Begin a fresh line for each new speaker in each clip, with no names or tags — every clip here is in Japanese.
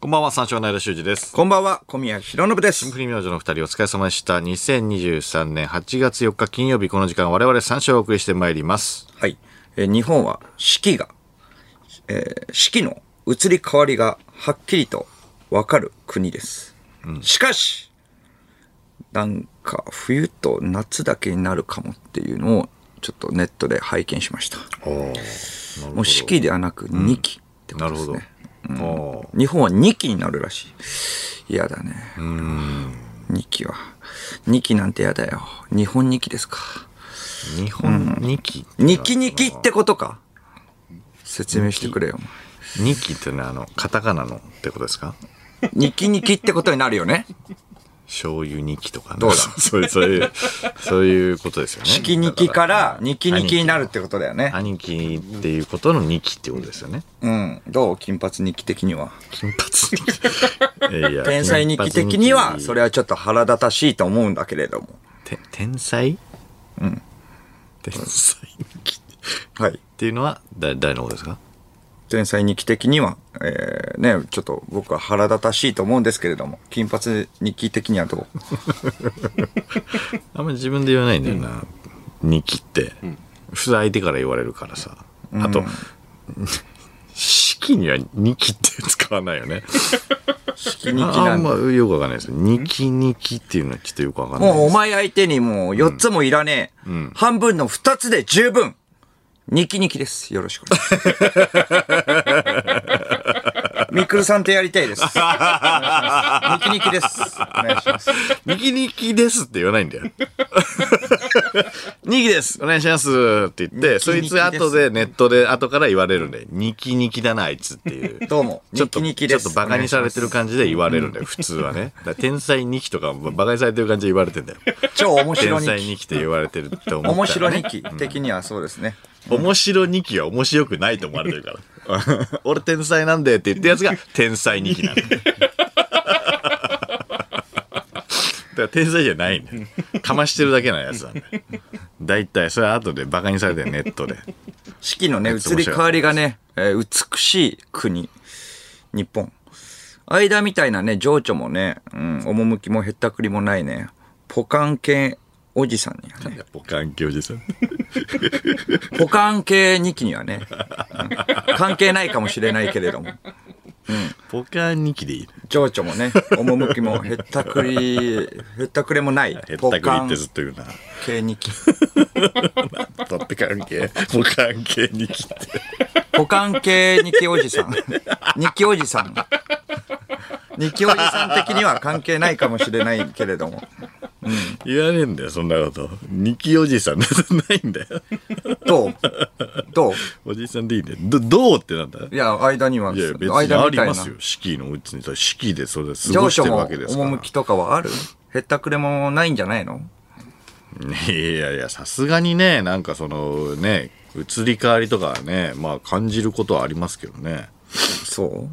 こんばんは、三照の間修二です。
こんばんは、小宮弘信です。
フリー明星のお二人お疲れ様でした。2023年8月4日金曜日、この時間我々三照をお送りしてまいります。
はい。えー日本は四季が、えー四季の移り変わりがはっきりとわかる国です。しかし、なんか冬と夏だけになるかもっていうのをちょっとネットで拝見しました。もう四季ではなく二季ってことですね。
なるほど。
日本は2期になるらしい。嫌だね。2期は。2期なんて嫌だよ。日本2期ですか。
日本2期。
2期2期ってことか。説明してくれよ。
2期ってね、あの、カタカナのってことですか
2期2期ってことになるよね。
醤油2期とかね。
どうだ
そういう、そういう、そういうことですよね。
式2期から2期2期になるってことだよね。
兄貴っていうことの2期ってことですよね。
うん。どう金髪2期的には。
金髪 いやいや
天才2期的には、それはちょっと腹立たしいと思うんだけれども。
て天才うん。天才2期っ
はい。
ていうのは、だ誰のことですか
天才日記的には、えー、ね、ちょっと僕は腹立たしいと思うんですけれども、金髪日記的にはどう
あんまり自分で言わないんだよな。二期って。普通相手から言われるからさ。あと、式には二期って使わないよね。
式日記
あ
なんんで。
まよくわかんないです。二期二期っていうのはちょっとよくわかんない。
もうお前相手にもう4つもいらねえ。半分の2つで十分。ニキニキです。よろしくお願いします。ミクルさんとやりたいです。お願いしますニキニキです。お願いします。
二期二期ですって言わないん だよ。二期ですお願いしますって言って、
二期
そい
二期
つ後でネットで後から言われるんだよ。二期二期だな、あいつっていう。
どうも、
ちょ
ニ
っと、
キニキ
ちょっ
です。
とバカにされてる
ら。
感じで言われるんだよ、普通は ね。だから天才二期とかもバカにされてる感じで言われてんだよ。
超面白
天
ニ
才
キ。
二期って言われてると思ったら、ね。
面白ニキ的にはそうですね。
面白二期は面白くないと思われてるから。 俺天才なんでって言ったやつが天才二期なんだよ。だから天才じゃないんだよ。かましてるだけのやつなんだよ。大体、それは後でバカにされてるネットで。
四季のね、
やつ面白い
移り変わりがね、えー美しい国、日本。間みたいなね、情緒もね、うん、趣もへったくりもないね、ポカン系おじさんにはね、
ポカン教授さん。
ポカン系二期にはね、うん関係ないかもしれないけれども、
ポカン二期でいい。
情緒もね、趣もへったくり、へったくれもない
へっ、
ポ
たくり
カ
っ
ン
てずっと言うな。
系二期。
とって関係。ポカン系二期って。
ポカン系二期おじさん。二期おじさん。二期おじさん的には関係ないかもしれないけれども。
言わねえんだよ、そんなこと。二期おじさんなんてないんだよ。
どうどう
おじさんでいいね。ど、どうってなんだ
いや、間には、
いやいや別に
間
あ
み
り
たい
ま
な。
すよ。四季のうちに、四季でそれで過ご
上
して
書
る
も
わけですから。
趣とかはあるへったくれもないんじゃないの
いやいや、さすがにね、なんかそのね、移り変わりとかはね、まあ感じることはありますけどね。
そ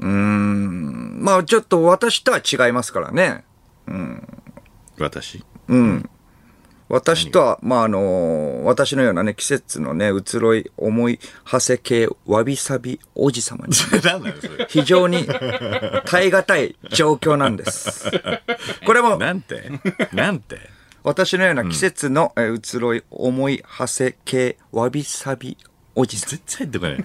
ううーん。まあちょっと私とは違いますからね。
私。
私とは、まああの、私のようなね、季節のね、移ろい、思い、はせ系、わびさび、おじさまに。
なんだよ、それ。
非常に耐え難い状況なん です。これも
なんてなんて
私のような季節の、えー移ろい、思い、はせ系、わびさび、おじさん。
絶対とかね。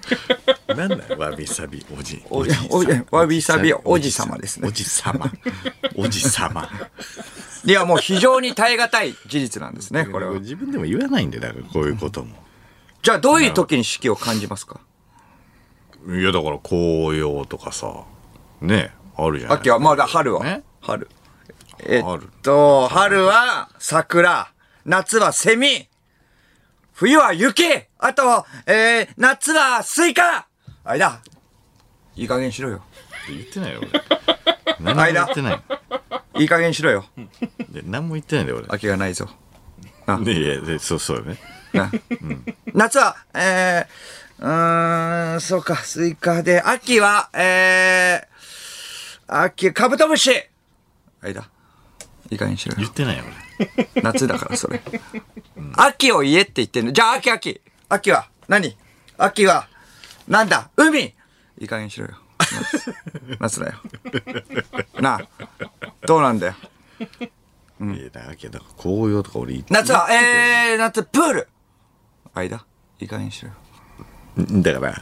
なんだよ、わびさび、おじ。おじさん
おじわびさびおじさまですね
おじさ ま。おじさま。
いや、もう非常に耐え難い事実なん ですね、これは。
自分でも言わないんで、だからこういうことも。
じゃあ、どういう時に四季を感じますか
いや、だから紅葉とかさ、ね、あるじゃない
秋は、まだ春は
ね。
春。えっと、春は桜、夏はセミ、冬は雪、あと、えー、夏はスイカあれだ。いい加減しろよ。
言ってないよ、俺。 何も言ってない。
いい加減しろよ。
いや何も言ってないんだよ、俺。
秋がないぞ。
いやいやでそうそうよね。
夏は、えー、うーん、そうか、スイカで、秋は、えー、秋、カブトムシあれだ。いい加減しろ
言
よ。
ってないよ、
夏だから、それ。秋を言えって言ってんの。じゃあ、秋、秋。秋は、何秋は、なんだ、海いい加減しろよ。夏だよ。なあ、どうなんだよ。
いやだけど紅葉とか俺行っ
夏は、えー、夏、プール間、いい加減にしろよ。
だから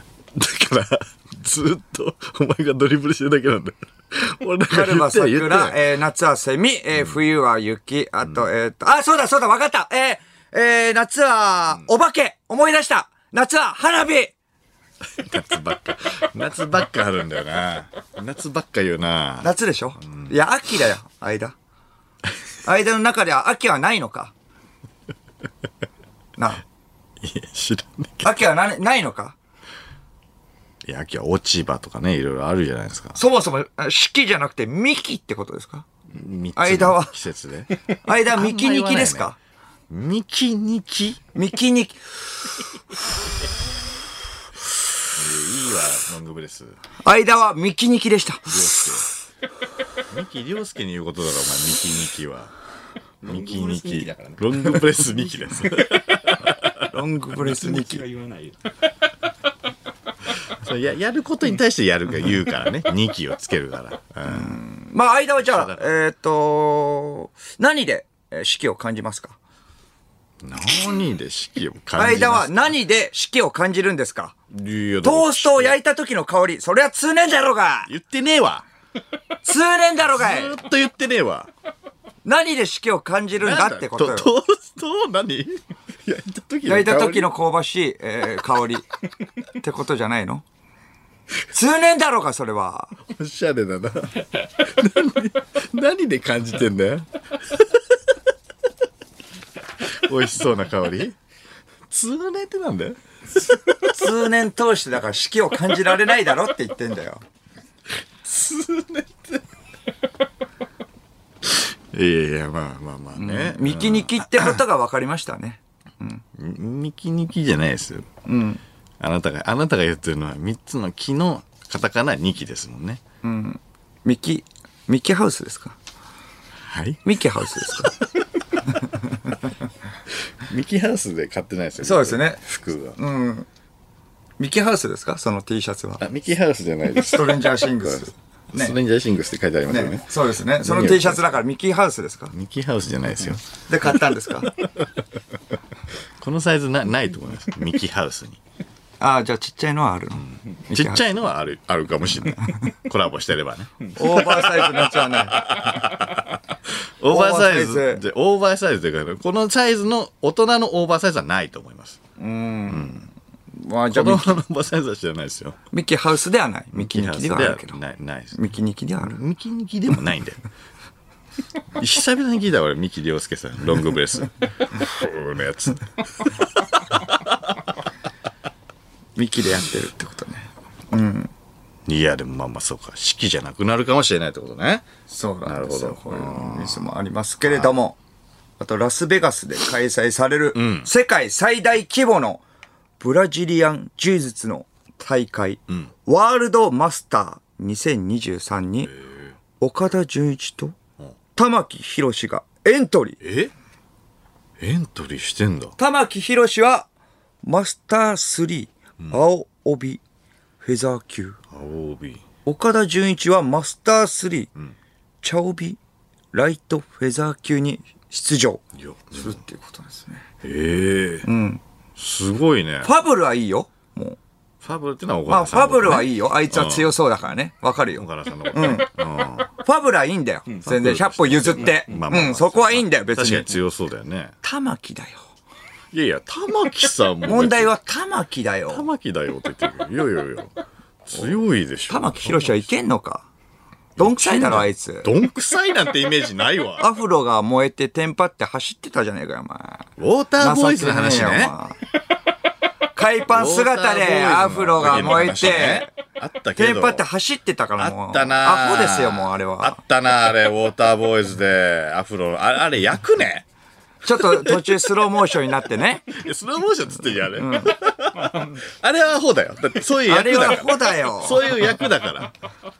だからずっとお前がドリブルしてるだけなんだよ俺だか
春
ら言
は
ってない言って
桜、
ない
えー夏はセミ、えー冬は雪、あと、えーと、あ、そうだそうだ、わかったえー、えー夏は、お化け思い出した夏は、花火
夏ばっか夏ばっかあるんだよな夏ばっか言うな
夏でしょ、いや、秋だよ、間。間の中では秋はないの かなあ、
いや知らねえけ
秋はな、ないのか
どいや秋は落ち葉とかねいろいろあるじゃないですか
そもそも、あ四季じゃなくて、幹ってことですか
三つ
間
の
は
季節で
間、幹にきですか
ミキニキいい
幹にき、
わロングブレス
間は幹にきでした。
涼介ミキ涼介に言うことだろお前ミキニキはミキニキロングブレスミキです
ロングブレス
ミ
に
キは言わないよ。
そうややることに対してやるか言うからね2期をつけるから、うん、
まあ、間はじゃあ、えーっと、何で、えー四季を感じますか
何で四季を感じ
間
ま
は
す
何で四季を感じるんですか
いやだ
ト
から
ーストを焼いた時の香り、それは通年だろ うが
言ってねえわ
通年だろうがい
ずーっと言ってねえわ
何で四季を感じるんだってこと
な
よ
ん。だトトーストを何 焼いた時の香り
焼いた時の香ばしい、えー香り。ってことじゃないの通年だろうが、それは。
おしゃれだな何何で感じてんだよ 美味しそうな香り通年ってなんだよ
通年通してだから四季を感じられないだろって言ってんだよ。
いやいやまあまあまあね、
ミキニキってことが分かりましたね。
ミキニキじゃないですよ。あなたが、あなたが言ってるのは3つの木のカタカナ2木ですもんね。
ミキ、ミキハウスですか
はい。
ミキハウスですか
ミキハウスで買ってないですよ
そうですね
服は。
うん。ミキハウスですかその T シャツは。
あ、ミキハウスじゃないです。
ストレンジャーシングス。 ね
ストレンジャーシングスって書いてありますよね。
ね、 そうですね。その T シャツだからミキハウスですか
ミキハウスじゃないですよ。
で買ったんですか
このサイズなないと思い ます。ミキハウスに。
ああ、じゃあちっちゃいのはあるの。
ちっち
い。
ゃいのはある、あるかもしれ ない。コラボしてればね。
オーバーサイズのやつはない。
オーバーサイ
オーバーサイ
ズ
ズ
で、オーバーサイズというか、このサイズの大人のオーバーサイズはないと思います。
まあじゃ
子
あ
供
ミキ
のオーバーサイズは知らないですよ。
ミキハウスではない。ミキニキではあるけど。
ない、ないです。
ミキニキではある。
ミキニキでもないんだよ。久々に聞いた俺、三木亮介さん、ロングブ レス。このやつ。
ミキでやってるってことね。
いや、でもまあまあそうか。式じゃなくなるかもしれないってことね。
そうなんです
な
よ
る。ほ
こ
ど
ういうミスもありますけれども。あと、ラスベガスで開催される、世界最大規模のブラジリアン柔術の大会、ワールドマスター2023に、岡田准一と玉木宏がエントリ
え
ー。
エントリーしてんだ。
玉木宏は、マスター3、青帯、フェザー級。
青帯。
岡田准一はマスター3、茶帯、ライト、フェザー級に出場
いや、
するっていうことですね。
ええすごいね
フ。ァブルはいいよ。もう。
ファブルってのは岡
まあ、
田
フ
さんの
ァ
こ
ブ
とね
ルはいいよ。あいつは強そうだからね。わかるよ。
岡田さんのことね。
ファブルはいいんだよ。全
ファ
然、
ブル
100歩譲って。
まあまあまあ
うん、そこはいいんだよ、別
確かに
に。
強そうだよね。
玉木だよ。
いやいや、玉木さんも。
問題。は玉木だよ。
玉木だよって言ってるよ。いやいやいや。強いでしょ。
玉木宏はいけんのか。どんくさいだろ、あいつ。
どんくさいなんてイメージないわ。
アフロが燃えてテンパって走ってたじゃねえかよ、お前。
ウォーターボーイズの話
情けねえ
ね
よ。お。前海パン姿でアフロが燃えて、
あったけ
テ
ど。
ンパって走ってたからもう。
あったな
アホですよ、もうあれ
あ
は。
ったなあれ、ウォーターボーイズで、アフロの、ああれ、焼くね。
ちょっと途中スローモーションになってね。
いやスローモーションつってんじゃん、あれ。あれはアホだよ。だって そういう
あ
役
れ
だ
はア
から。
ホだよ。
そういう役だから。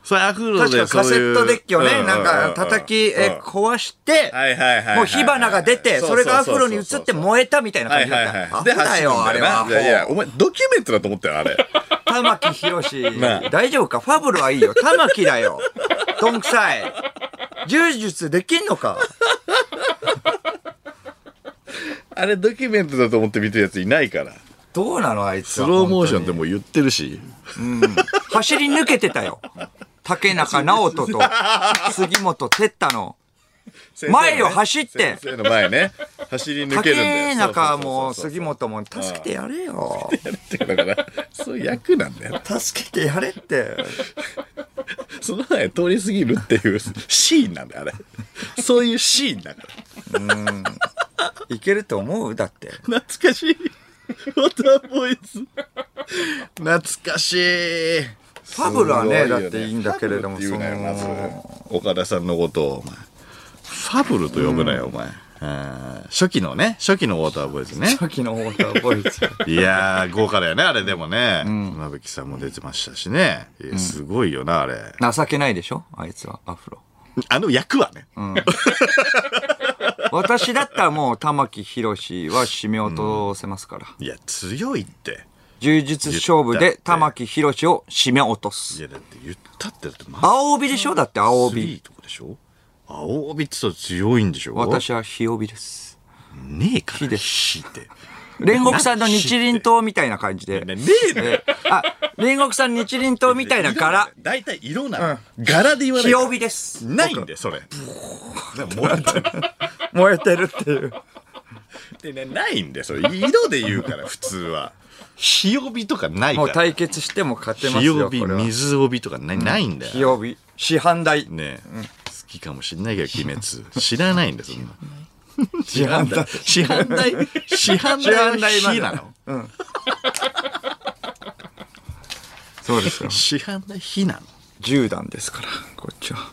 それアフロ
確
で
か
そう
カセ
い
ッ
う。
トデッキを
うんう
ね、
ん
なんか叩き
う
え
ん
壊して、
はいはいはいはい。
もう火花が出て、それがアフロに移って
え
燃えたみたいな
は
感
い
じ
は
だ
い
った。ア
はい。
ホだよ、あれはア
いやいや、
ホ。
お前、ドキュメントだと思ったよ、あれ。
玉木宏、
ねえ
大丈夫かファブルはいいよ。玉木だよ。どんくさい。柔術できんのか
あれドキュメントだと思って見てるやついないから
どうなのあいつ
ス
は
ローモーションって
本
もう言ってるし
当に走り抜けてたよ。竹中 直人と杉本哲太の。前を走って
先生の前ね走り抜けるんだよ
竹中
そう
も
そうそうそう
杉本も助けてや れよ。
だからそういう役なんだよ
助けてやれって。
その前通り過ぎるっていうシーンなんだよあれそういうシーンだから
いけると思うだって。
懐かしいウォーターボーイズ懐かしいフ
ァブルはねだっていいんだけれども
って言うなよ
そ
まず
の
岡田さんのことをお前ファブルと呼ぶなよ、お前うん初期のね初期のウォーターボーイズね
さっきの方が覚えてた。
いやー豪華だよねあれでもね馬吹、さんも出てましたしねいやすごいよなあれ、
情けないでしょあいつはアフロ。
あの役はね、
私だったらもう玉木宏は締め落とせますから。
いや強いって
柔術勝負で玉木宏を締め落と
い
す。
やだって言ったってだってま
青帯でしょだって青
い
帯。
いとこでしょ青帯って言ったら強いんでしょ
私は日帯です。
ねえから
火です
火 って
煉獄さんの日輪刀みたいな感じ
ね
で。
ねえだよ
あ、煉獄さん日輪刀みたいな柄。
大体色なの柄で言わない
日
から
帯です。
ないんでそれでも燃えてる
燃えてるっていう。
ってねないんでそれ色で言うから普通は日帯とかない
も
か
う
ら
対決しても勝てます
日
よ。
帯
これは
水帯とかないないんだ
日
よ
帯。市販代。
ねえ好きかもしんないけど鬼滅知らないんだよそ んな市販代市販代市販代の
市販代まで
火なの
そうですよ。
市販代火なの
10段ですから、こっちは。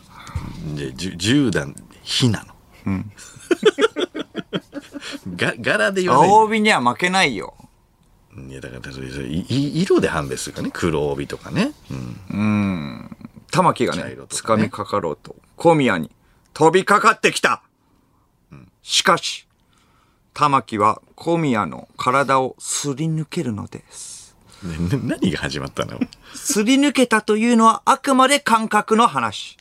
でじゅ10段火なの が柄で言わない
青帯には負けないよ。
いやだからそれそれいい色で判別するからね黒帯とかね、うん、
玉木がね
茶色、と
つ
か
か
ね
みかかろうと、小宮に飛びかかってきた、しかし、玉木は小宮の体をすり抜けるのです。
ねね何が始まった の
すり抜けたというのはあくまで感覚の話。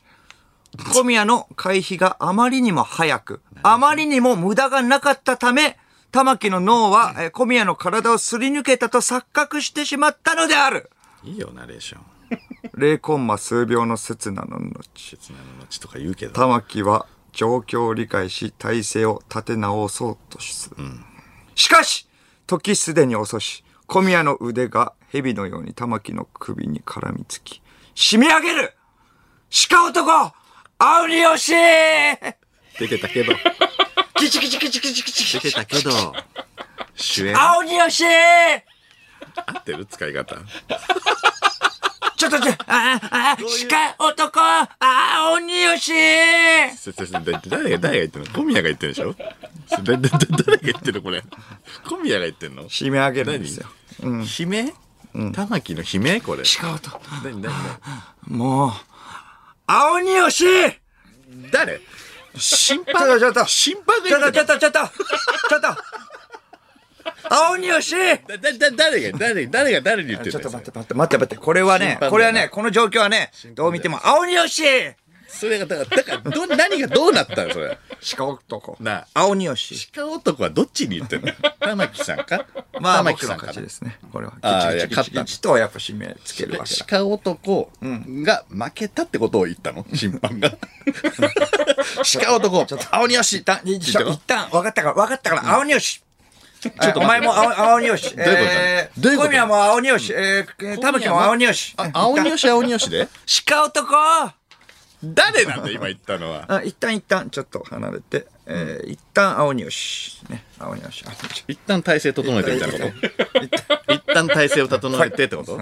小宮の回避があまりにも早く、あまりにも無駄がなかったため、玉木の脳はえー小宮の体をすり抜けたと錯覚してしまったのである。
いいよナレーション
0コンマ数秒の刹那の後、
刹那の後とか言うけど
玉木は状況を理解し体勢を立て直そうとする、しかし時すでに遅し小宮の腕が蛇のように玉木の首に絡みつき締め上げる鹿男青によし
出てたけど
キチキチキチキチキチ
出
キ
てたけど 主演合
青によし
ってる使い方
ちょっとちょっとあああ鹿男青によし
せせせだ誰が誰が言ってんの小宮が言ってるでしょせだだだ誰が言ってるのこれ小宮が言ってんの
締め上げるん
何
ですよ
悲鳴玉木の悲鳴これ
鹿男
何何
もう青によし
何誰審判
ちょっとちょっと
審判
ちょっ
が言
と
っ
ち
て
ょっとちょっとちょっと青によし
だだだ誰が誰誰が誰に言って
ちょ
る
っ
の
と待って待って待って待ってこれは
審
ね
判だよな
これはねこの状況はねどう見ても青によし
それがだからだからど何がどうなったのそれ
鹿男
なあ
青によし
鹿男はどっちに言ってんの玉木さんか
まあ
玉
僕
木
の
さんか
勝ちですねこれは
あーい
ギチギチ
や
ギチギ
勝
チとはやっぱ締めつけるわけだ
鹿男が負けたってことを言ったの審判が鹿男ちょっと青によしだ
一
ちょっと
旦分かったから分かったから青によし
待って
お前も青青によし。ど
ういうことどういうこと
小宮も青によし。えー、玉木も青によし。
あ青によし青によしで
し。鹿男
誰なんだ今言ったのは
あ一旦一旦ちょっと離れて、えー、一旦青によしね青によしあち
一旦体勢整えてみたいなこと一旦体勢を整えてってこと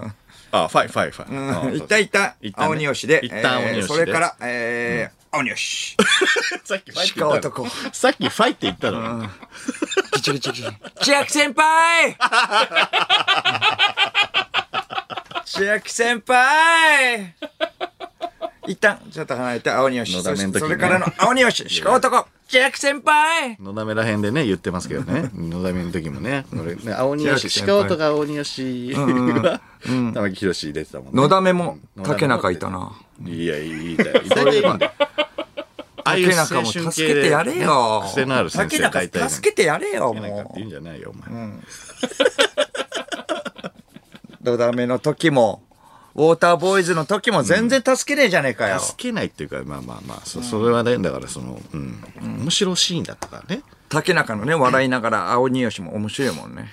あファイファイフ
ょ
ァ
うん
イ
一旦一旦
一旦ね
青によしで
一旦青によしで
えーそれから、えー青に よし
さっきファイって
鹿
言った
男
のさっきファイって言ったのに
ギチギチギチ千秋 先輩千秋先輩一旦ちょっと離れて青によし、
の
そ
だめの時ね
しそれからの青によし鹿男ジャック先輩
野だめらへんでね言ってますけどね野だめの時もね俺ね青鬼よし
千秋先輩
鹿とか青鬼よしは玉木宏出てたもんね
のだめも竹中いたな。
いやいいいたいいたいいんだよああいう
竹中
青
も
春
助
系
け
で
てやれよ。
ね癖のある先
竹
生
中
大体なんか
助けてやれよ、
竹中って
も
言うんじゃないよお前、
う。のだめの時も、ウォーターボーイズの時も全然助けねえじゃねえかよ。
助けないっていうかまあまあまあそそれはねだからその、うん、面白いシーンだったからね
竹中のね、笑いながら、青鬼よしも面白いもんね。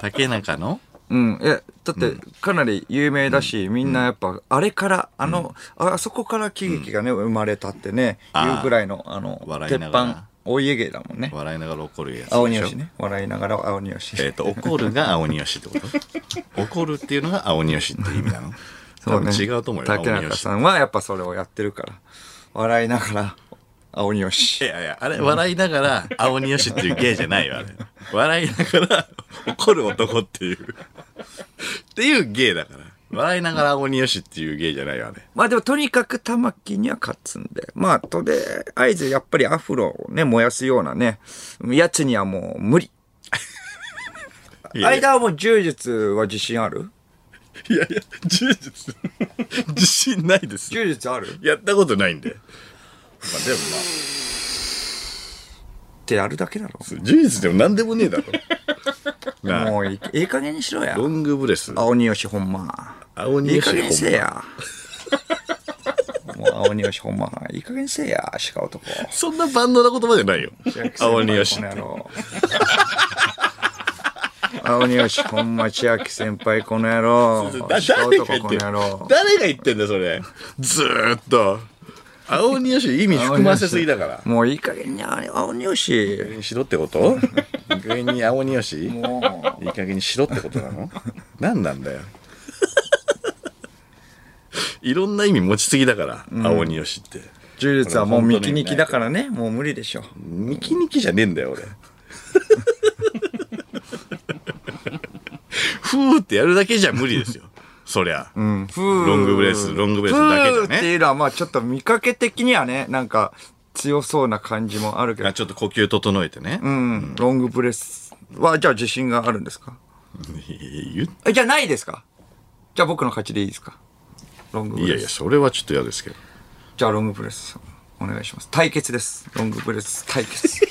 竹中の
うん、えだってかなり有名だし、みんなやっぱあれからあの、あそこから喜劇がね、生まれたってね
あー
いうぐらいのあの
笑い
鉄
ながら
板お家芸だもんね
笑いながら怒るやつ
青鬼よしね笑いながら青鬼よし、
えっ、と怒るが青鬼よしってこと 怒るっていうのが青鬼よしって意味なの多分違うと思うよ青
竹
鬼よ
中
し
さんはやっぱそれをやってるから笑いながら 青鬼よ
い
し
やいや、あれ、笑いながら、青鬼よしっていう芸じゃないよ、あれ。笑いながら、怒る男っていう。っていう芸だから。笑いながら青鬼よしっていう芸じゃないよ、あれ。
まあでもとにかく玉木には勝つんでまあとりあえずやっぱりアフロをね燃やすようなねやつにはもう無理
いやいや、
間はもう柔術は自信ある
いやいや、柔術。 自信ないです。
柔術ある
やったことないんで。まあでも
ってやるだけだろ
まあ、柔術でも何でもねえ だろ。なあ、
もういいいい加減にしろや
ロングブレス。
青鬼よしほんま
青鬼
いい
よし
加減にせえ
ほんま。
やもう青鬼よしほんまいい加減にせえや鹿男
そんな万能な言葉じゃないよ。青鬼よしって
この。野郎青鬼よしほんま千秋先輩この野郎
だ
鹿
誰が
男
言っ
こ
て
の
ん
野郎
誰が言ってんだよそれずーっと青鬼よし意味含ませすぎだから
もういい加減に青鬼よし
しろってこと上に青鬼よし
も
いい加減にしろってことなの何なん だよいろんな意味持ちすぎだから、青鬼よしって
う柔術はもうミキニキだからねもう無理でしょ
ニキニキじゃねえんだよ俺 ふーってやるだけじゃ無理ですよそりゃ、ロ
ロ
ングブレスロングブレスだけじゃね
っていうのは、まあちょっと見かけ的にはね、なんか強そうな感じもあるけど
あ、ちょっと呼吸整えてね、
うん、ロングブレスは、じゃあ自信があるんですか
言っ
え、じゃあないですかじゃあ僕の勝ちでいいですかロングブレス。
いやいや、それはちょっと嫌ですけど。
じゃあロングブレス、お願いします。対決です。ロングブレス対決。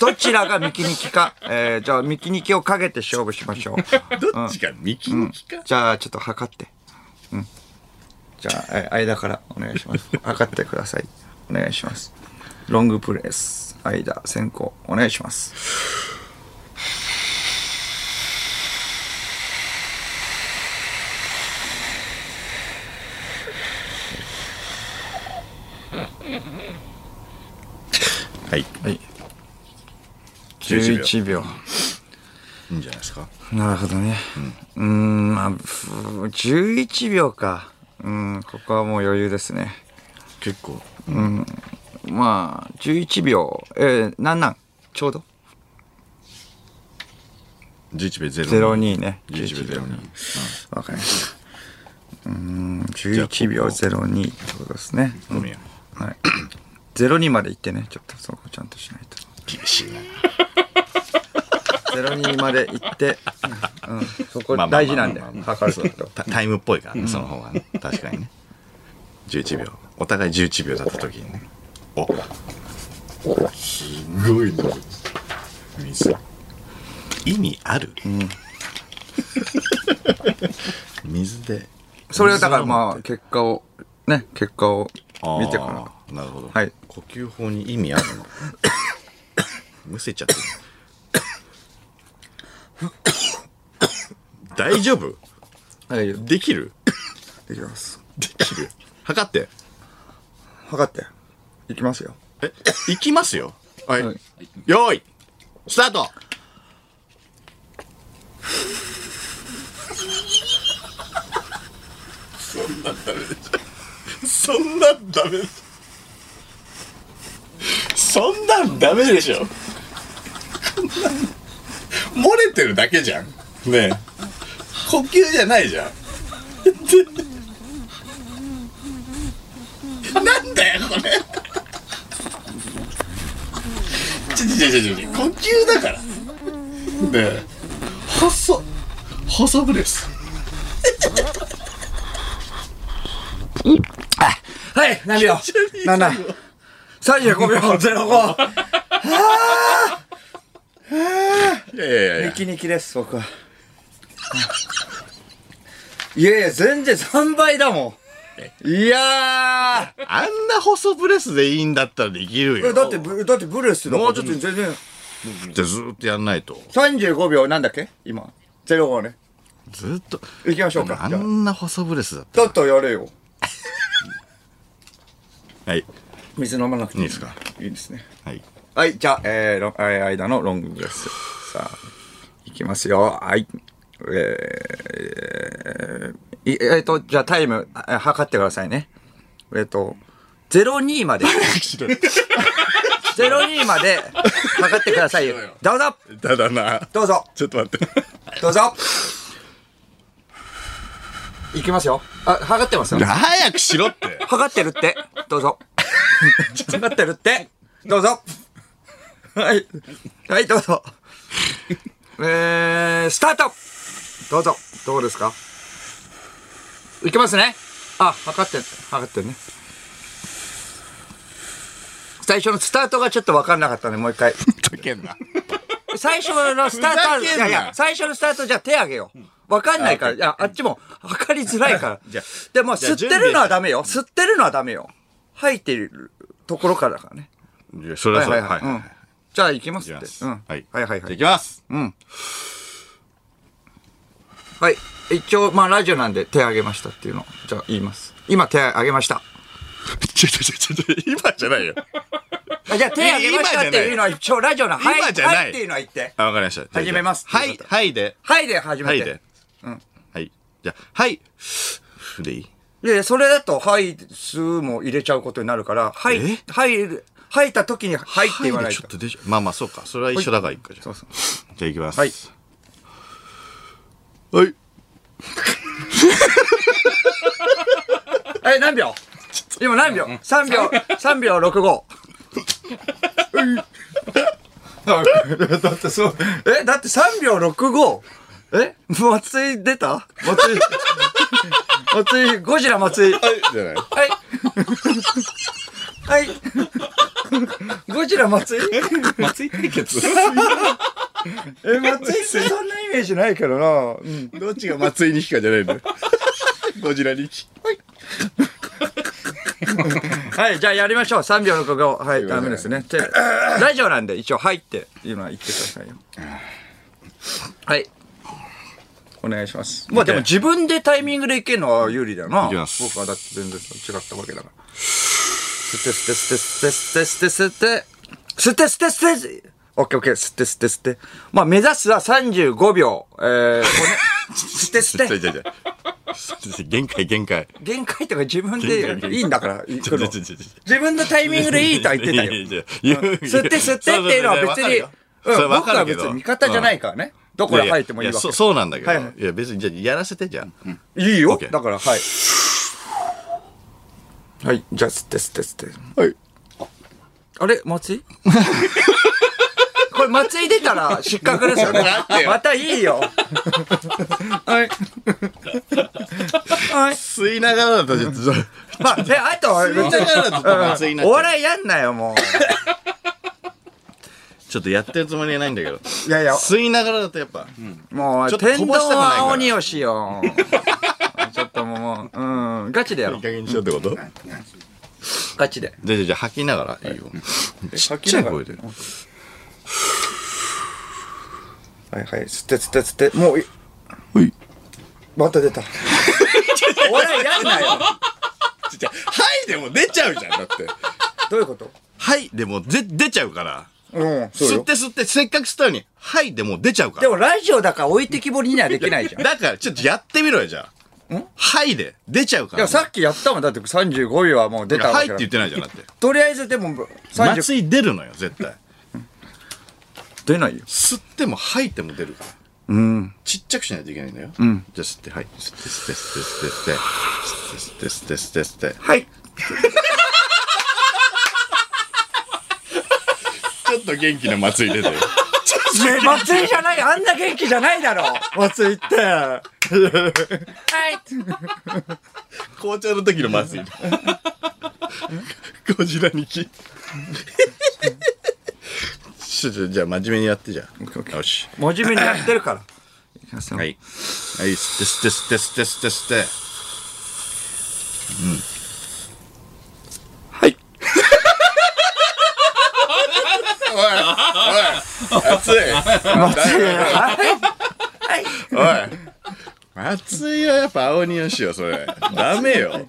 どちらがミキニキか、えー、じゃあミキニキをかけて勝負しましょう。
どっちか、ミキミキか。
じゃあちょっと測って。うん。じゃあ、え間からお願いします。測ってください。お願いします。ロングプレス、間、先行、お願いします。
はい。
はい。
11
11秒。
いいんじゃないですか。
なるほどね。うーん、まあ、ふう11秒か。うん、ここはもう余裕ですね。
結構。
まあ、11秒。えー、なんなんちょうど
11秒
?02 ね。
11秒02。
わかりました。うーん、11秒02ってことですね。
飲みよ。
はい。02まで行ってね、ちょっとそこちゃんとしないと。
厳しいな。
02まで行って、うん、そこ
まあまあまあ
大事なんで、測ること。
タタイムっぽいからね、その方がね。確かにね。11秒。お互い11秒だった時にね。おすごいな。水。意味ある 水で。
それはだからまあ、結果を、ね、結果を
あー
見てから。
なるほど、
はい
呼吸法に意味あるの むせちゃってる 大丈夫
はい、で
できる
きます。
できる測って
測って。いきますよ。
え行きますよはい、
はい
よーいスタートそんなんダメそんなんダメでしょそんなん漏れてるだけじゃんねえ呼吸じゃない じゃんなんだよこれ違う違う違う呼吸だからで細細ぶです
はい、何秒 ?7。35秒 05!
いやいやいや
ニキニキです、僕は。いやいや、全然3倍だもん。いやー
あんな細ブレスでいいんだったらできる
これ
よ
だってブ、だってブルースだから
もうちょっと
別に全然。
じゃずーっとやんないと
35秒なんだっけ今。05ね。
ずーっと
行きましょうか。
あ
じゃあ
んな細ブレスだっ
だったらやれよ。
たはい
水飲まなくてい
いいですか
いいですね。
はい
はい、じゃあ、えーロン、えー間のロングブレス。さあ、いきますよ。はい。えーえーいえーと、じゃあタイム、あ測ってくださいね。えっ、と、02ま で、02まで測ってくださいよ。どうぞ
だだな
どうぞ
ちょっと待って
どうぞいきますよ。あ、測ってますよ。
早くしろって
測ってるって。どうぞ。測ってるって。どうぞ。はい。はい、どうぞ。えー、スタートどうぞ。どうですかいきますね。あ、測ってる、測ってるね。最初のスタートがちょっと分かんなかったね、もう一回。
ふざけんな
最初のスタート、
ふ
い
ざけん
や
ない
や、最初のスタートじゃあ手あげよう。わかんないから、いや、あっちも測りづらいから。
じゃあ
でも、
じゃ
吸
あ
ってるのはダメよ。吸ってるのはダメよ。吐いてるところからだからね。
いやそれ
は
はいそう
は
はいいは
はいい。うん
は
じゃあ行きま
いいき
すっ
ま
て。
す
うん。は
はいい
は
じゃ
いは
あ
い
いき。ます
はい。一応、まあ、ラジオなんで手あげましたっていうのを。じゃあ言います。今手あげました。
ちょちょちょちょ今じゃないよ
あじゃあ手あげましたっていうのは一応ラジオの、はい、
今じゃない
はいっていうのは言って。
あわかりましたじゃあ
始めます
はいはいで
はいで始
は
め
い
て。
ではいじゃあはいふでいい
いやいや、それだと、はい、すも入れちゃうことになるから、はい
え、
はい、吐いた時に、はいって言わない
ちょ
と
っ。とでしょまあまあそうかそれは一緒だからいいかじゃあ
そうそう。
じゃあいきます
はい
はい
え、何秒今何秒 ?3 秒、3秒65。うんだってそう。え、だって3秒 65? え松井出た松井。松井、ゴジラ松井。はい。
はいじゃない
はい。ゴジラ松井
松井対決
え、松井ってそんなイメージないけどな。うん。
どっちが松井に引かじゃないのゴジラに引き
はい、じゃあやりましょう。3秒65。はい、
ません
ダメですね。でラジオなんで一応、はいっていうのは言ってくださいよ。はい。お願いします。まあでも自分でタイミングでいけるのは有利だよな。
いきます
僕はだって全然違ったわけだから。吸って吸って吸って吸って吸って吸って吸って吸って吸ってオッケーオッケー、吸って吸って吸って。まあ目指すは35秒。えー、これ吸って吸
ちょ
っ
ちょち
て。
ょちょちょ限界限界
限界とか自分でいいんだから、行
ちょ
く
ちょちょ
の
ちょちょ
自分のタイミングでいいとは言ってたよ。
いやいやいや
吸って吸ってっていうのは別に、
そうれ
ん、
わ
僕
か
は
るけ
別
ど
に味方じゃないからね。どこ
いや
で
いや
入ってもいいわ
や
け
そ。そうなんだけど、
はい
い
はい
や別にじゃあやらせてじゃん、
いいよ。
OK
だから、はい。はい、じゃあ吸って吸って吸って。
はい
あれ松井これ松井出たら失格ですよね
待って。よ
またいいよ。はい。はい。
吸いながらだとちょっと
まあ、で、あとは別
吸いなが
に、
らだと松井になっ
お
ちゃう
笑いやんなよ、 もう。
ちょっとやってるつもりはないんだけど
いやいや、
吸いながらだとやっぱ、
もう、
ちょっと
天
飛
丼
ばしたくないから
は青によしよ。 ちょっともう、うん、ガチでやろ。
いう加減にしようってことじゃ
ガチで。
あじゃあじゃあ吐きながらいいよちっ
吐き
ちゃ
ないがら
声で
はいはい、吸って吸って吸って、もうい、
ほい
また出た。 お笑いやんなよ。
ちっちゃいはいでも出ちゃうじゃんだって
どういうこと
はいでもぜ出ちゃうから
うん、そう
吸っ
よ。
て吸ってせっかく吸ったのにはいでも出ちゃうから
でもラジオだから置いてきぼりにはできないじ ゃん。
だからちょっとやってみろよじゃあはいで出ちゃうか
い
ら
や、さっきやったもん。だって35位はもう出たわ
はい
け
って
だ
言ってないじゃんだって
とりあえずでも、30
松井出るのよ絶対
出ないよ。
吸っても吐いても出るから
うん。
ちっちゃくしないといけないんだよ、うん、じゃあ吸ってはい吸って吸って吸って吸って吸って吸って吸って吸って吸って
はい。
ちょっっと元気な祭り出てる。
ね祭りじゃないあんな元気じゃないだろは
祭り って。
紅茶の時の祭り。ゴジラにき。ちょっとじゃあ真面目にやってじゃあ。よし。
い真面目にやってるからいき ますよ
はい。はい、吸って吸って吸って吸って吸って吸
はい
って。熱い
はい
おい熱いはやっぱ青によしよ、それ。ダメよ。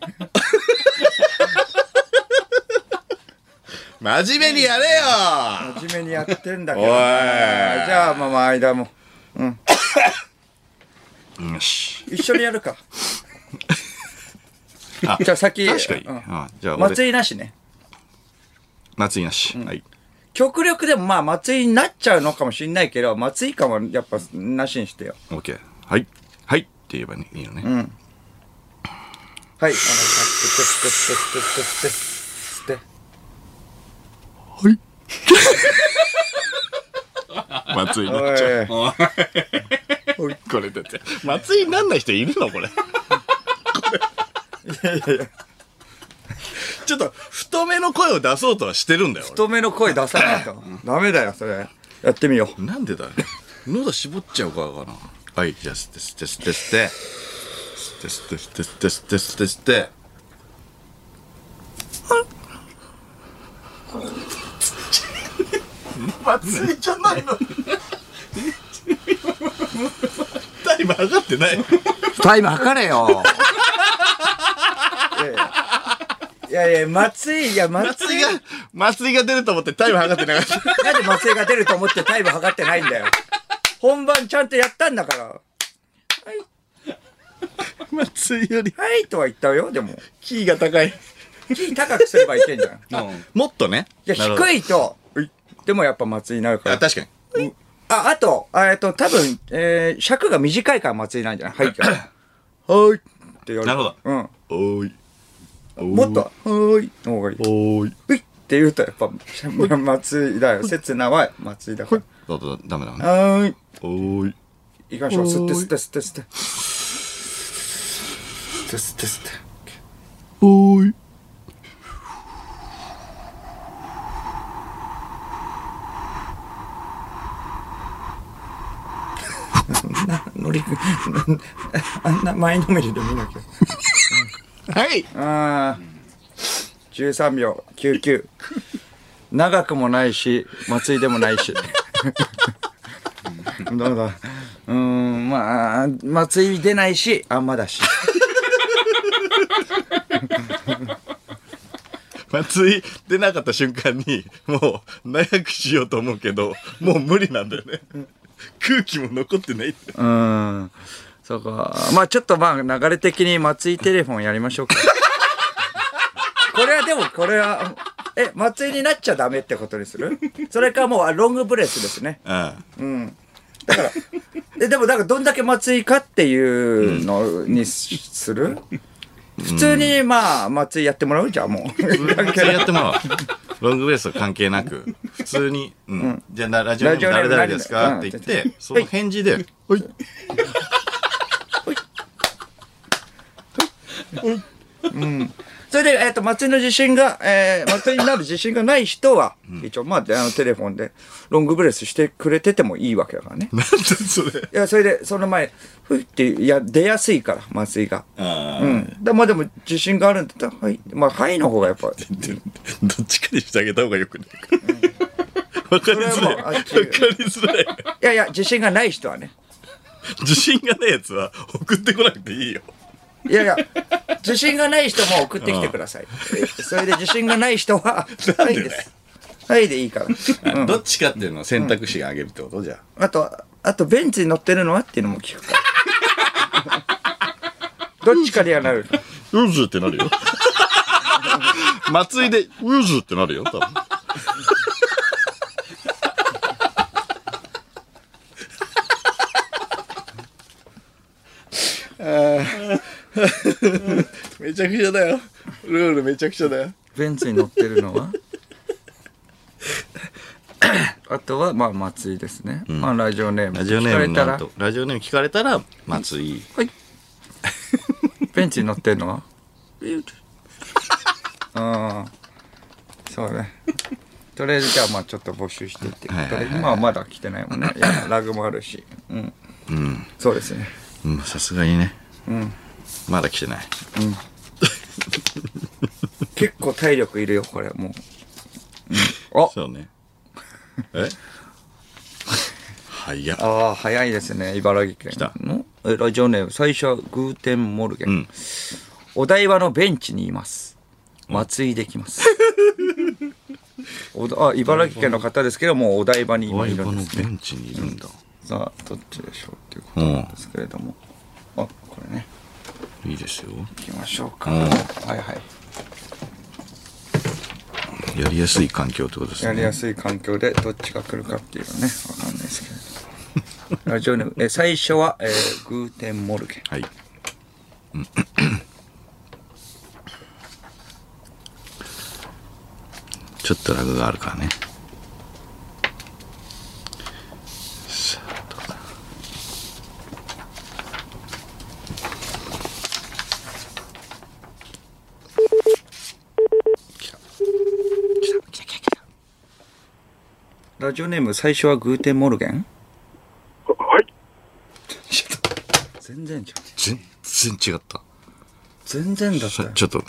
真面目にやれよ
真面目にやってんだけ
お
ど
い
じゃあまあまあ間も
よし。
一緒にやるかじゃあ先
確かに。
うん
あじゃあ俺、
祭りなしね
祭りなし。はい。
極力でもまあ祭りになっちゃうのかもしんないけど祭り感はやっぱなしにしてよ
オッケー。はい。はい。って言えばね、いいよね。
はいあのてってってってってってってって
祭りになっちゃう。
おい
これだって、祭りになんない人いるのこれ。ちょっと、太めの声を出そうとはしてるんだよ。俺
太めの声出さないとダメだよそれやってみよう
なんでだろう喉絞っちゃうからかな。はい、じゃあ、吸って吸って吸って吸って。吸って吸って吸って吸って吸って吸って。祭りじゃないのタイム上がってない
タイム測れよいやいや祭りいや祭
祭
り
りが祭りが出ると思ってタイム測ってなかった
なんで松江が出ると思ってタイム測ってないんだよ。本番ちゃんとやったんだから。はい、
松井より
はいとは言ったよ、でも。
キーが高い
キー高くすればいけんじ ゃん。い
もっとね
や、
なるほど
低いと、でもやっぱ松井になるか
あ
ら。
確かに
あ、あと、えっと、多分、えー尺が短いから松井なんじゃないはいから。 はーい。って言われる。
なるほど
うん。
おーいおーい
もっと、はーい。の方がいい。
おーい
ほいって言うと、やっぱ、松井だよ。切なは松井だから。
だだだダメだね
はーい。
おーい
行きましょう。吸って吸って吸って吸って。吸って吸って吸って。
おーい
乗り、 あんな前のめりで見なきゃ。
はい
ああ、13秒99。長くもないし、松井でも ないし。どうだうーん、まあ、松井出ないし、あんまだし。
松井出なかった瞬間にもう長くしようと思うけどもう無理なんだよね空気も残ってないって
うーん。そうか。まあちょっとまあ流れ的に松井テレフォンやりましょうか。これはでもこれは、え、松井になっちゃダメってことにするそれかもうあロングブレスですね。
ああ
えでもなんかどんだけ松井かっていうのにしする、普通にまあ松井やってもらうじゃんも う関
そ
係
れ
ない
やってもらおうロングベースは関係なく普通に、うんじゃあなラジオネーム
ラ
誰
ジオネーム
々ですか?」っ
何
て
々
言っ
うん
てその返事で「はい
それで、えっと松井の自信が、えー、松井になる自信がない人は、一応まあであのテレフォンでロングブレスしてくれててもいいわけだからね
なんだそれ」
いやそれでその前ふいっていや出やすいから松井が
ああ
うんでまあでも自信があるんだったら「はい」まあ「はい」の方がやっぱ
でどっちかにしてあげた方がよくないかわかりづらい
それはもう
わ
あ
か
っ
り
ち
づらい
いやいや自信がない人はね
自信がないやつは送ってこなくていいよ
いやいや、自信がない人も送ってきてください。それで自信がない人は、はいです。はいでいいから。うん
どっちかっていうのは選択肢があげるってことじゃあ
あと、あとベンチに乗ってるのはっていうのも聞く から。どっちかにはなる。
ウズってなるよ松井でウズってなるよ多分めちゃくちゃだよルールめちゃくちゃだよ
ベンチに乗ってるのはあとは、まあ、松井ですね。まあ、ラジオネーム。
ラジオネーム
聞かれた
なん
ら
と、ラジオネーム聞かれたら、松井。
はい。ベンチに乗ってんのはああ、そうね。とりあえずじゃあまあちょっと募集していって。
はいはいはい
とりあえず今はまだ来てないもんね。いやラグもあるし。うん。
うん。
そうですね。
うんさすがにね。
うん。
まだ来てない。
結構体力いるよ、これ、もう。うん、あ
そうね。え はいや。
ああ、早いですね、茨城県。来
た
えラジオネーム、最初はグーテンモルゲン。
うん
お台場のベンチにいます。松井できます。お だあ茨城県の方ですけど、もうお台場に
お相
今いる
棒
ん
の
です
ベ
ね。
ンチにいるんだ。
さあ、どっちでしょうっていうこと
う
ですけれども。あ、これね、
ん。いいですよ。
行きましょうか。
うん
はいはい。
やりやすい環境ってことですね。
やりやすい環境でどっちが来るかっていうのね、わかんないです けれど。ラジオネーム、え最初は、えーグーテンモルゲン。
はい。ちょっとラグがあるからね。さあ、どうだ来た来た来た来た来た
ラジオネーム、最初はグーテンモルゲン
はい。
ちょっと全然じゃん。
全然違った。
全然だったよ
ちょっと、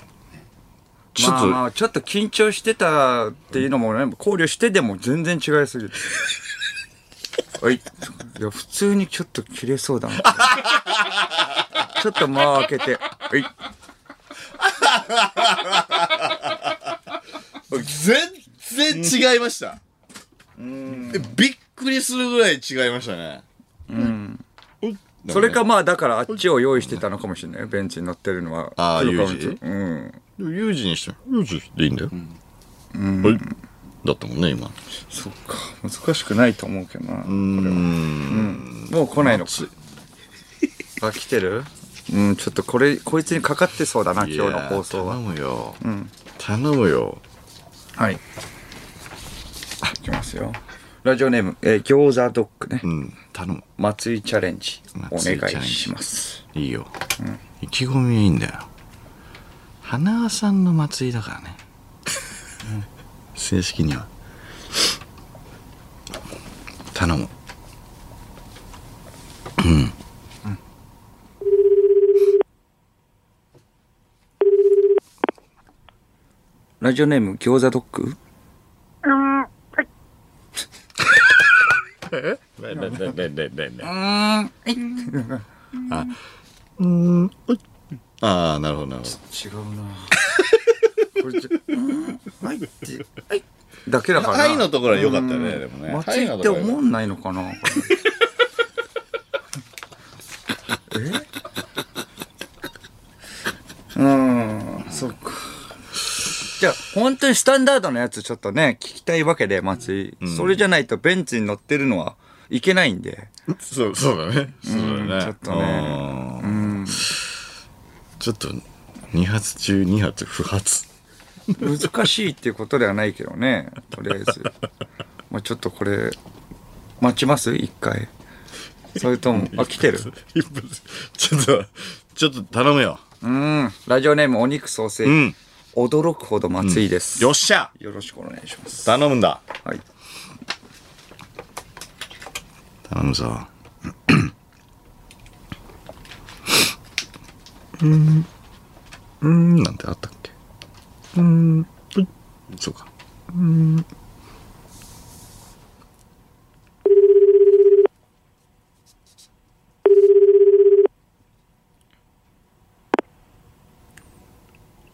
ちょっ
まあ
と、
まあ、ちょっと緊張してたっていうのもね、考慮してでも全然違いすぎる。 はい。いや、普通にちょっと切れそうだな。ちょっと間を開けて、はい。
全然違いました。えびっくりするぐらい違いましたね。
それかまあ、だからあっちを用意してたのかもしれない。ベンチに乗ってるのは。
ああ
黒川
ユージ
のやつうん。
でもユージにしてもユージでいいんだよ、はいだったもんね今
そっか。難しくないと思うけどな。
うん
もう来ないのか。
つ
あ、来てるうん、ちょっとこれ、こいつにかかってそうだな、今日の放送は
頼。むよ、頼むよ
はい。いきますよ。ラジオネーム、えー餃子ドッグね。
うん頼む
松井チャレンジ、お
松井チャレン
願い
ジ
します。
いいよ、意気込みはいいんだよ花輪さんの祭りだからねうん正式には頼む
ラジオネーム、餃子ドッグ
うん。はい。
ねねねねねねねああなるほどなるほど
違うな これじゃ、うんはいって、はい。だけだからな。
はいのところは良かったね、でもね。
松井って思わないのかなこれ えうーん、そっか。じゃあ、本当にスタンダードなやつちょっとね、聞きたいわけで、松井。それじゃないとベンチに乗ってるのはいけないんで。
そうそうだねそうだね
ちょっとね
うんちょっと2発中2発不発
難しいっていうことではないけど ね、とりあえず。まあちょっとこれ、待ちます一回。それ とも、あ、来てる
一発 ちょっとちょっと頼むよ
うん。ラジオネーム、お肉ソーセージ。
うん
驚くほど松井です、
よっしゃ
よろしくお願いします
頼むんだ
はい
頼むぞうんうんなんてあったっけうんそうか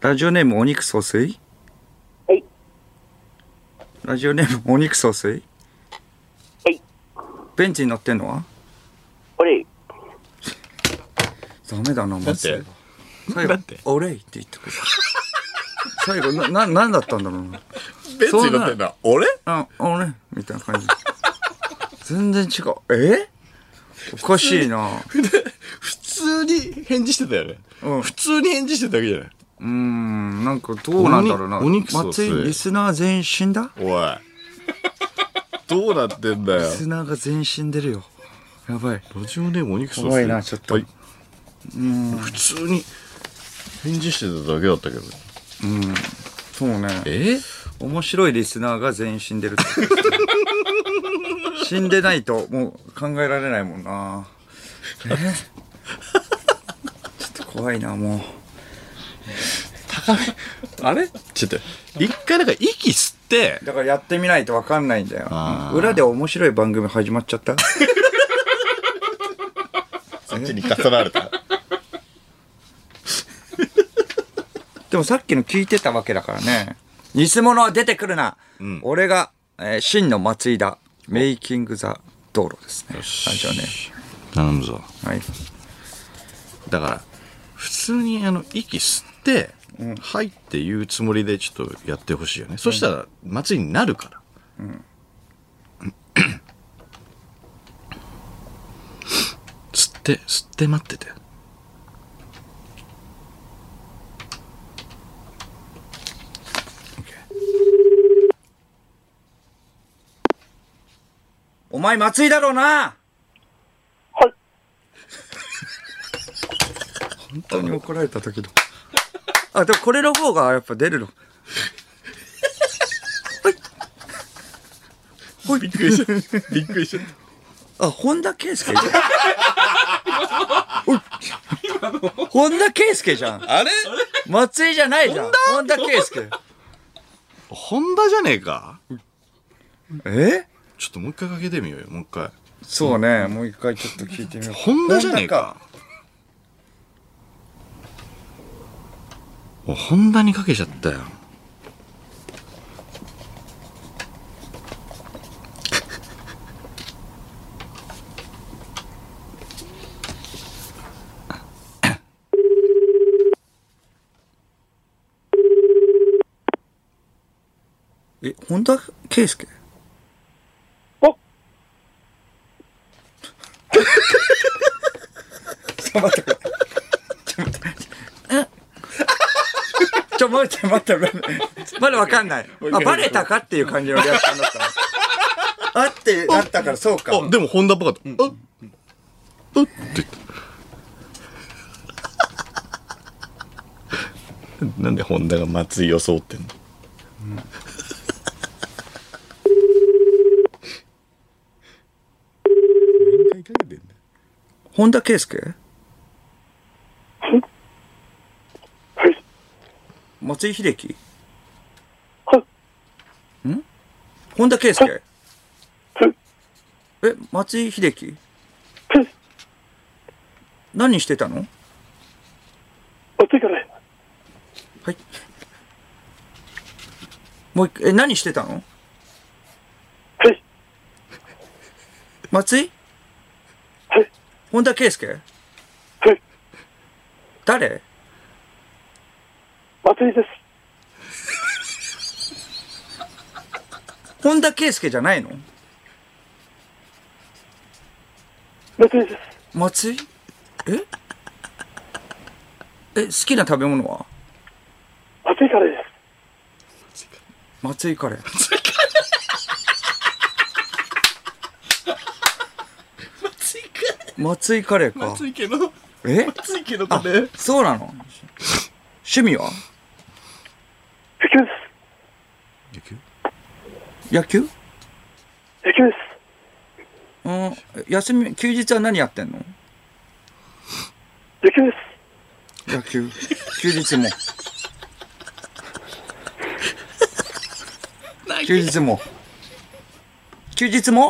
ラジオネームお肉総帥
はい
ラジオネームお肉総帥
はい
ベンチに乗ってんのは
俺、
ダメだなもう最後最
だ
後
って
「オレイ」って言ってくる最後なな何だったんだろうな
ベンチに乗ってんだ俺
「あオレイ」みたいな感じ全然違うえおかしいな
普通に返事してたよね
うん
普通に返事してただけじゃないう
ーんなんかどうなんだろうな
お肉お肉総帥
松井リスナー全員死んだ
おい
どうなってんだよ。
砂が全身出るよ。やばい。
ラジオネームお肉さん
怖いなちょっと
はい普通に返事してただけだったけど
そうね。
え
面白いリスナーが全員死んでるってこと死んでないともう考えられないもんなえちょっと怖いなもう
あれちょっと一回なんか息吸って
だからやってみないと分かんないんだよ
あー
裏で面白い番組始まっちゃっ た
そっちに重なれた。
でもさっきの聞いてたわけだからね偽物は出てくるな、俺が、えー真の松井だメイキング・ザ・道路ですねラジオね
頼むぞ
はい
だから普通にあの息吸って「はい」って言うつもりでちょっとやってほしいよね、そしたら祭りになるから吸って吸って待ってて
お前松井だろうな
はい。
本当に怒られた時の。あ、でもこれの方がやっぱ出るの。はい。びっくりした。
びっくりした。
あ、本田圭佑じゃん。おい本田圭佑じゃん。
あれ
松井じゃないじゃん。本田圭佑。
本田じゃねえか
え
ちょっともう一回かけてみようよもう一回
そうね。もう一回ちょっと聞いてみよう。
本田じゃねえかお本田にかけちゃったよ
え、本田圭佑
お
ちょ、待って。 ちょ、待って、待って、待って。まだわかんない。あ、バレたかっていう感じのリアクションだったの。あって、あったから、そうか。
あでも本田っぽかった、あっあっって言 ったなんで本田が松井を装ってんの
何回かけてんだ
本田圭佑
はい。
松井秀喜
はい。
本田圭佑
はい。
え、松井秀喜
はい。
何してたの
お疲れ。
はい。もう一回、え、何してたの
はい。
松井
はい。
本田圭佑
はい。
誰
松井です。
本田圭佑じゃないの
松井です。
松井ええ、好きな食べ物は
松井カレーです。
松井カレー。松井カレーか。
松井家の、
え
松井家のカレー。
そうなの趣味は
野球です。
野球
野球です。
うん。休み、休日は何やってんの
野球です。
野球。休日も。休日も。休日も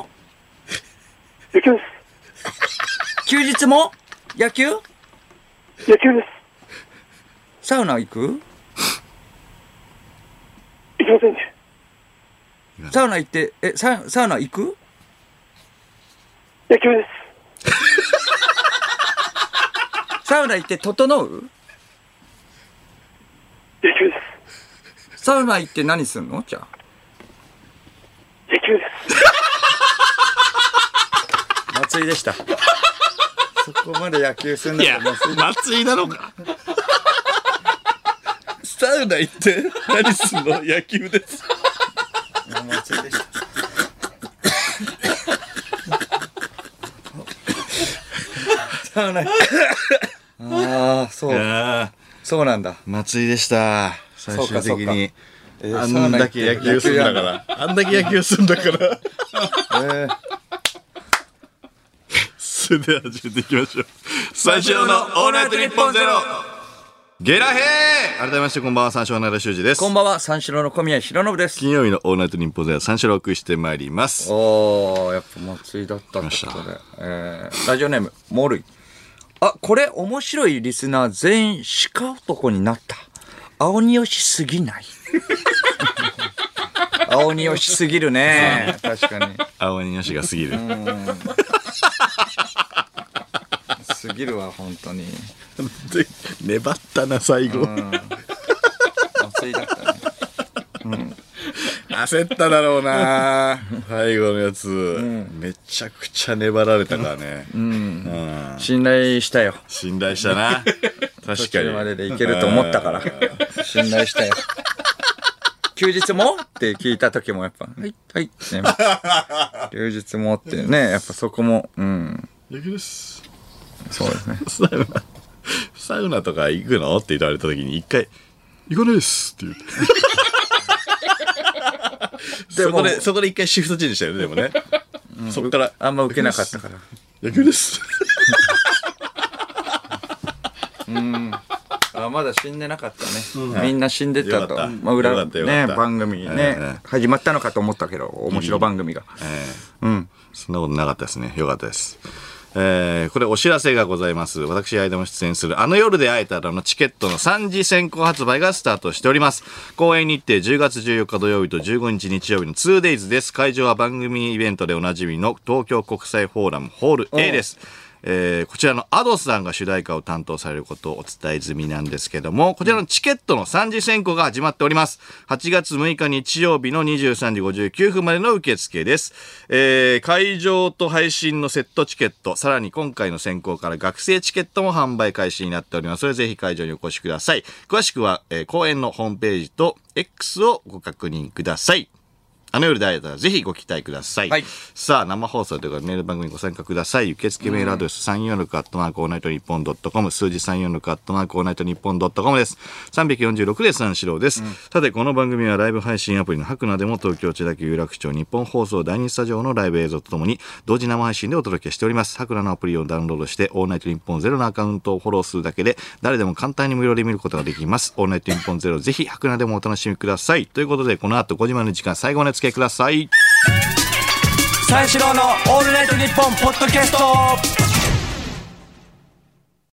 野球です。
休日も野球
野球です。
サウナ行く
行きませんね。
サウナ行って、え、ササウナ行く
野球です。
サウナ行って整う
野球です。
サウナ行って何すんのじゃあ。
野球です。
松井で した。そこまで野球すんだから松井
松井なのか
サウナ行って、何すんの野球です。
松井でした。伝わない。ああ、そう。
ああ、
そうなんだ。
松井でした。最終的に。
えー
あんだけ野球するんだか。ら。あんだけ野球するんだから。
サウナ行ってえー
それでは始めていきましょう。最初のオールナイトニッポンゼロゲラヘー改めましてこんばんは、三四郎の奈良修二です
こ。んばんは、三四郎の小宮弘信です。
金曜日のオールナイトニッポンゼロは三四郎をお送りしてまいります。
おー、やっぱ松井だったってことで。えー、ラジオネーム、モルイ。あ、これ面白いリスナー全員鹿男になった。青によしすぎない。青によしすぎるね。確かに。
青鬼の死が過ぎる。
すぎるわ、本当に。
で 粘ったな、最後。
松井だったね。
焦っただろうな最後のやつ、めちゃくちゃ粘られたからね、うん
信頼したよ。
信頼したな確か
途
に
中まででいけると思ったから。信頼したよ。休日もって聞いた時もやっぱ、はい、 はいってね、休日もってね、やっぱそこも、うん、
野球です
そうですね。
サウナサウナとか行くのって言われた時に一回「行かないです」って言って
で
そこで
もう
そこで一回シフトチェンジしたよねでもね、そっから
あんま受けなかったから。
「野球です」
あまだ死んでなかったね。みんな死んでた
よかっ
と。
た
まあ、
よか
裏、
ったよか
ね、
った
番組
うんうん
ね、始まったのかと思ったけど、面白番組が。うん。
そんなことなかったですね。よかったです。えーこれお知らせがございます。私、間も出演する、あの夜で会えたらのチケットの3次先行発売がスタートしております。公演日程10月14日土曜日と15日日曜日の 2days です。会場は番組イベントでおなじみの東京国際フォーラムホール A です。えーこちらのアドスさんが主題歌を担当されることをお伝え済みなんですけども、こちらのチケットの3次選考が始まっております。8月6日日曜日の23時59分までの受付です。えー会場と配信のセットチケット、さらに今回の選考から学生チケットも販売開始になっております。それぜひ会場にお越しください。詳しくは、えー公演のホームページと X をご確認ください。あの夜で会えたらぜひご期待ください。
はい
さあ、生放送ということでメール番組にご参加ください。受付メールアドレス346アットマークオールナイトニッポンドットコム、数字346アットマークオールナイトニッポンドットコムです。346で三四郎です。さて、この番組はライブ配信アプリのハクナでも東京千代田区有楽町日本放送第2スタジオのライブ映像とともに同時生配信でお届けしております。ハクナのアプリをダウンロードしてオールナイトニッポンゼロのアカウントをフォローするだけで誰でも簡単に無料で見ることができます。オールナイトニッポンゼロぜひハクナでもお楽しみください。ということで、この後5時までの時間最後までお付き合いください。
三四郎のオールナイトニッポンポッドキャスト